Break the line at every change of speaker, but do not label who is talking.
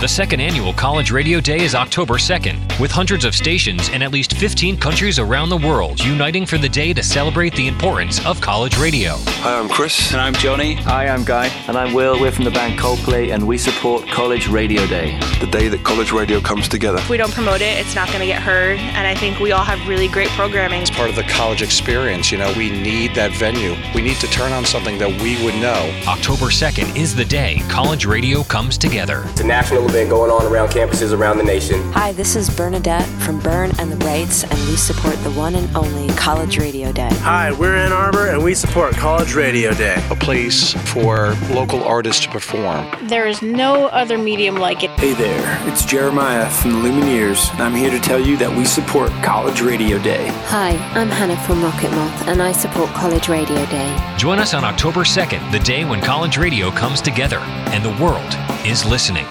The second annual College Radio Day is October 2nd, with hundreds of stations in at least 15 countries around the world uniting for the day to celebrate the importance of college radio.
Hi, I'm Chris.
And I'm Johnny.
Hi, I'm Guy.
And I'm Will. We're from the band Coldplay, and we support College Radio Day.
The day that college radio comes together.
If we don't promote it, it's not going to get heard, and I think we all have really great programming.
It's part of the college experience, you know. We need that venue. We need to turn on something that we would know.
October 2nd is the day college radio comes together.
It's a national event going on around campuses around the nation.
Hi, this is Bernadette from Burn and the Brights, and we support the one and only College Radio Day.
Hi, we're Ann Arbor, and we support College Radio Day,
a place for local artists to perform.
There is no other medium like it.
Hey there, it's Jeremiah from the Lumineers, and I'm here to tell you that we support College Radio Day.
Hi, I'm Hannah from Rocket Moth, and I support College Radio Day.
Join us on October 2nd, the day when college radio comes together and the world is listening.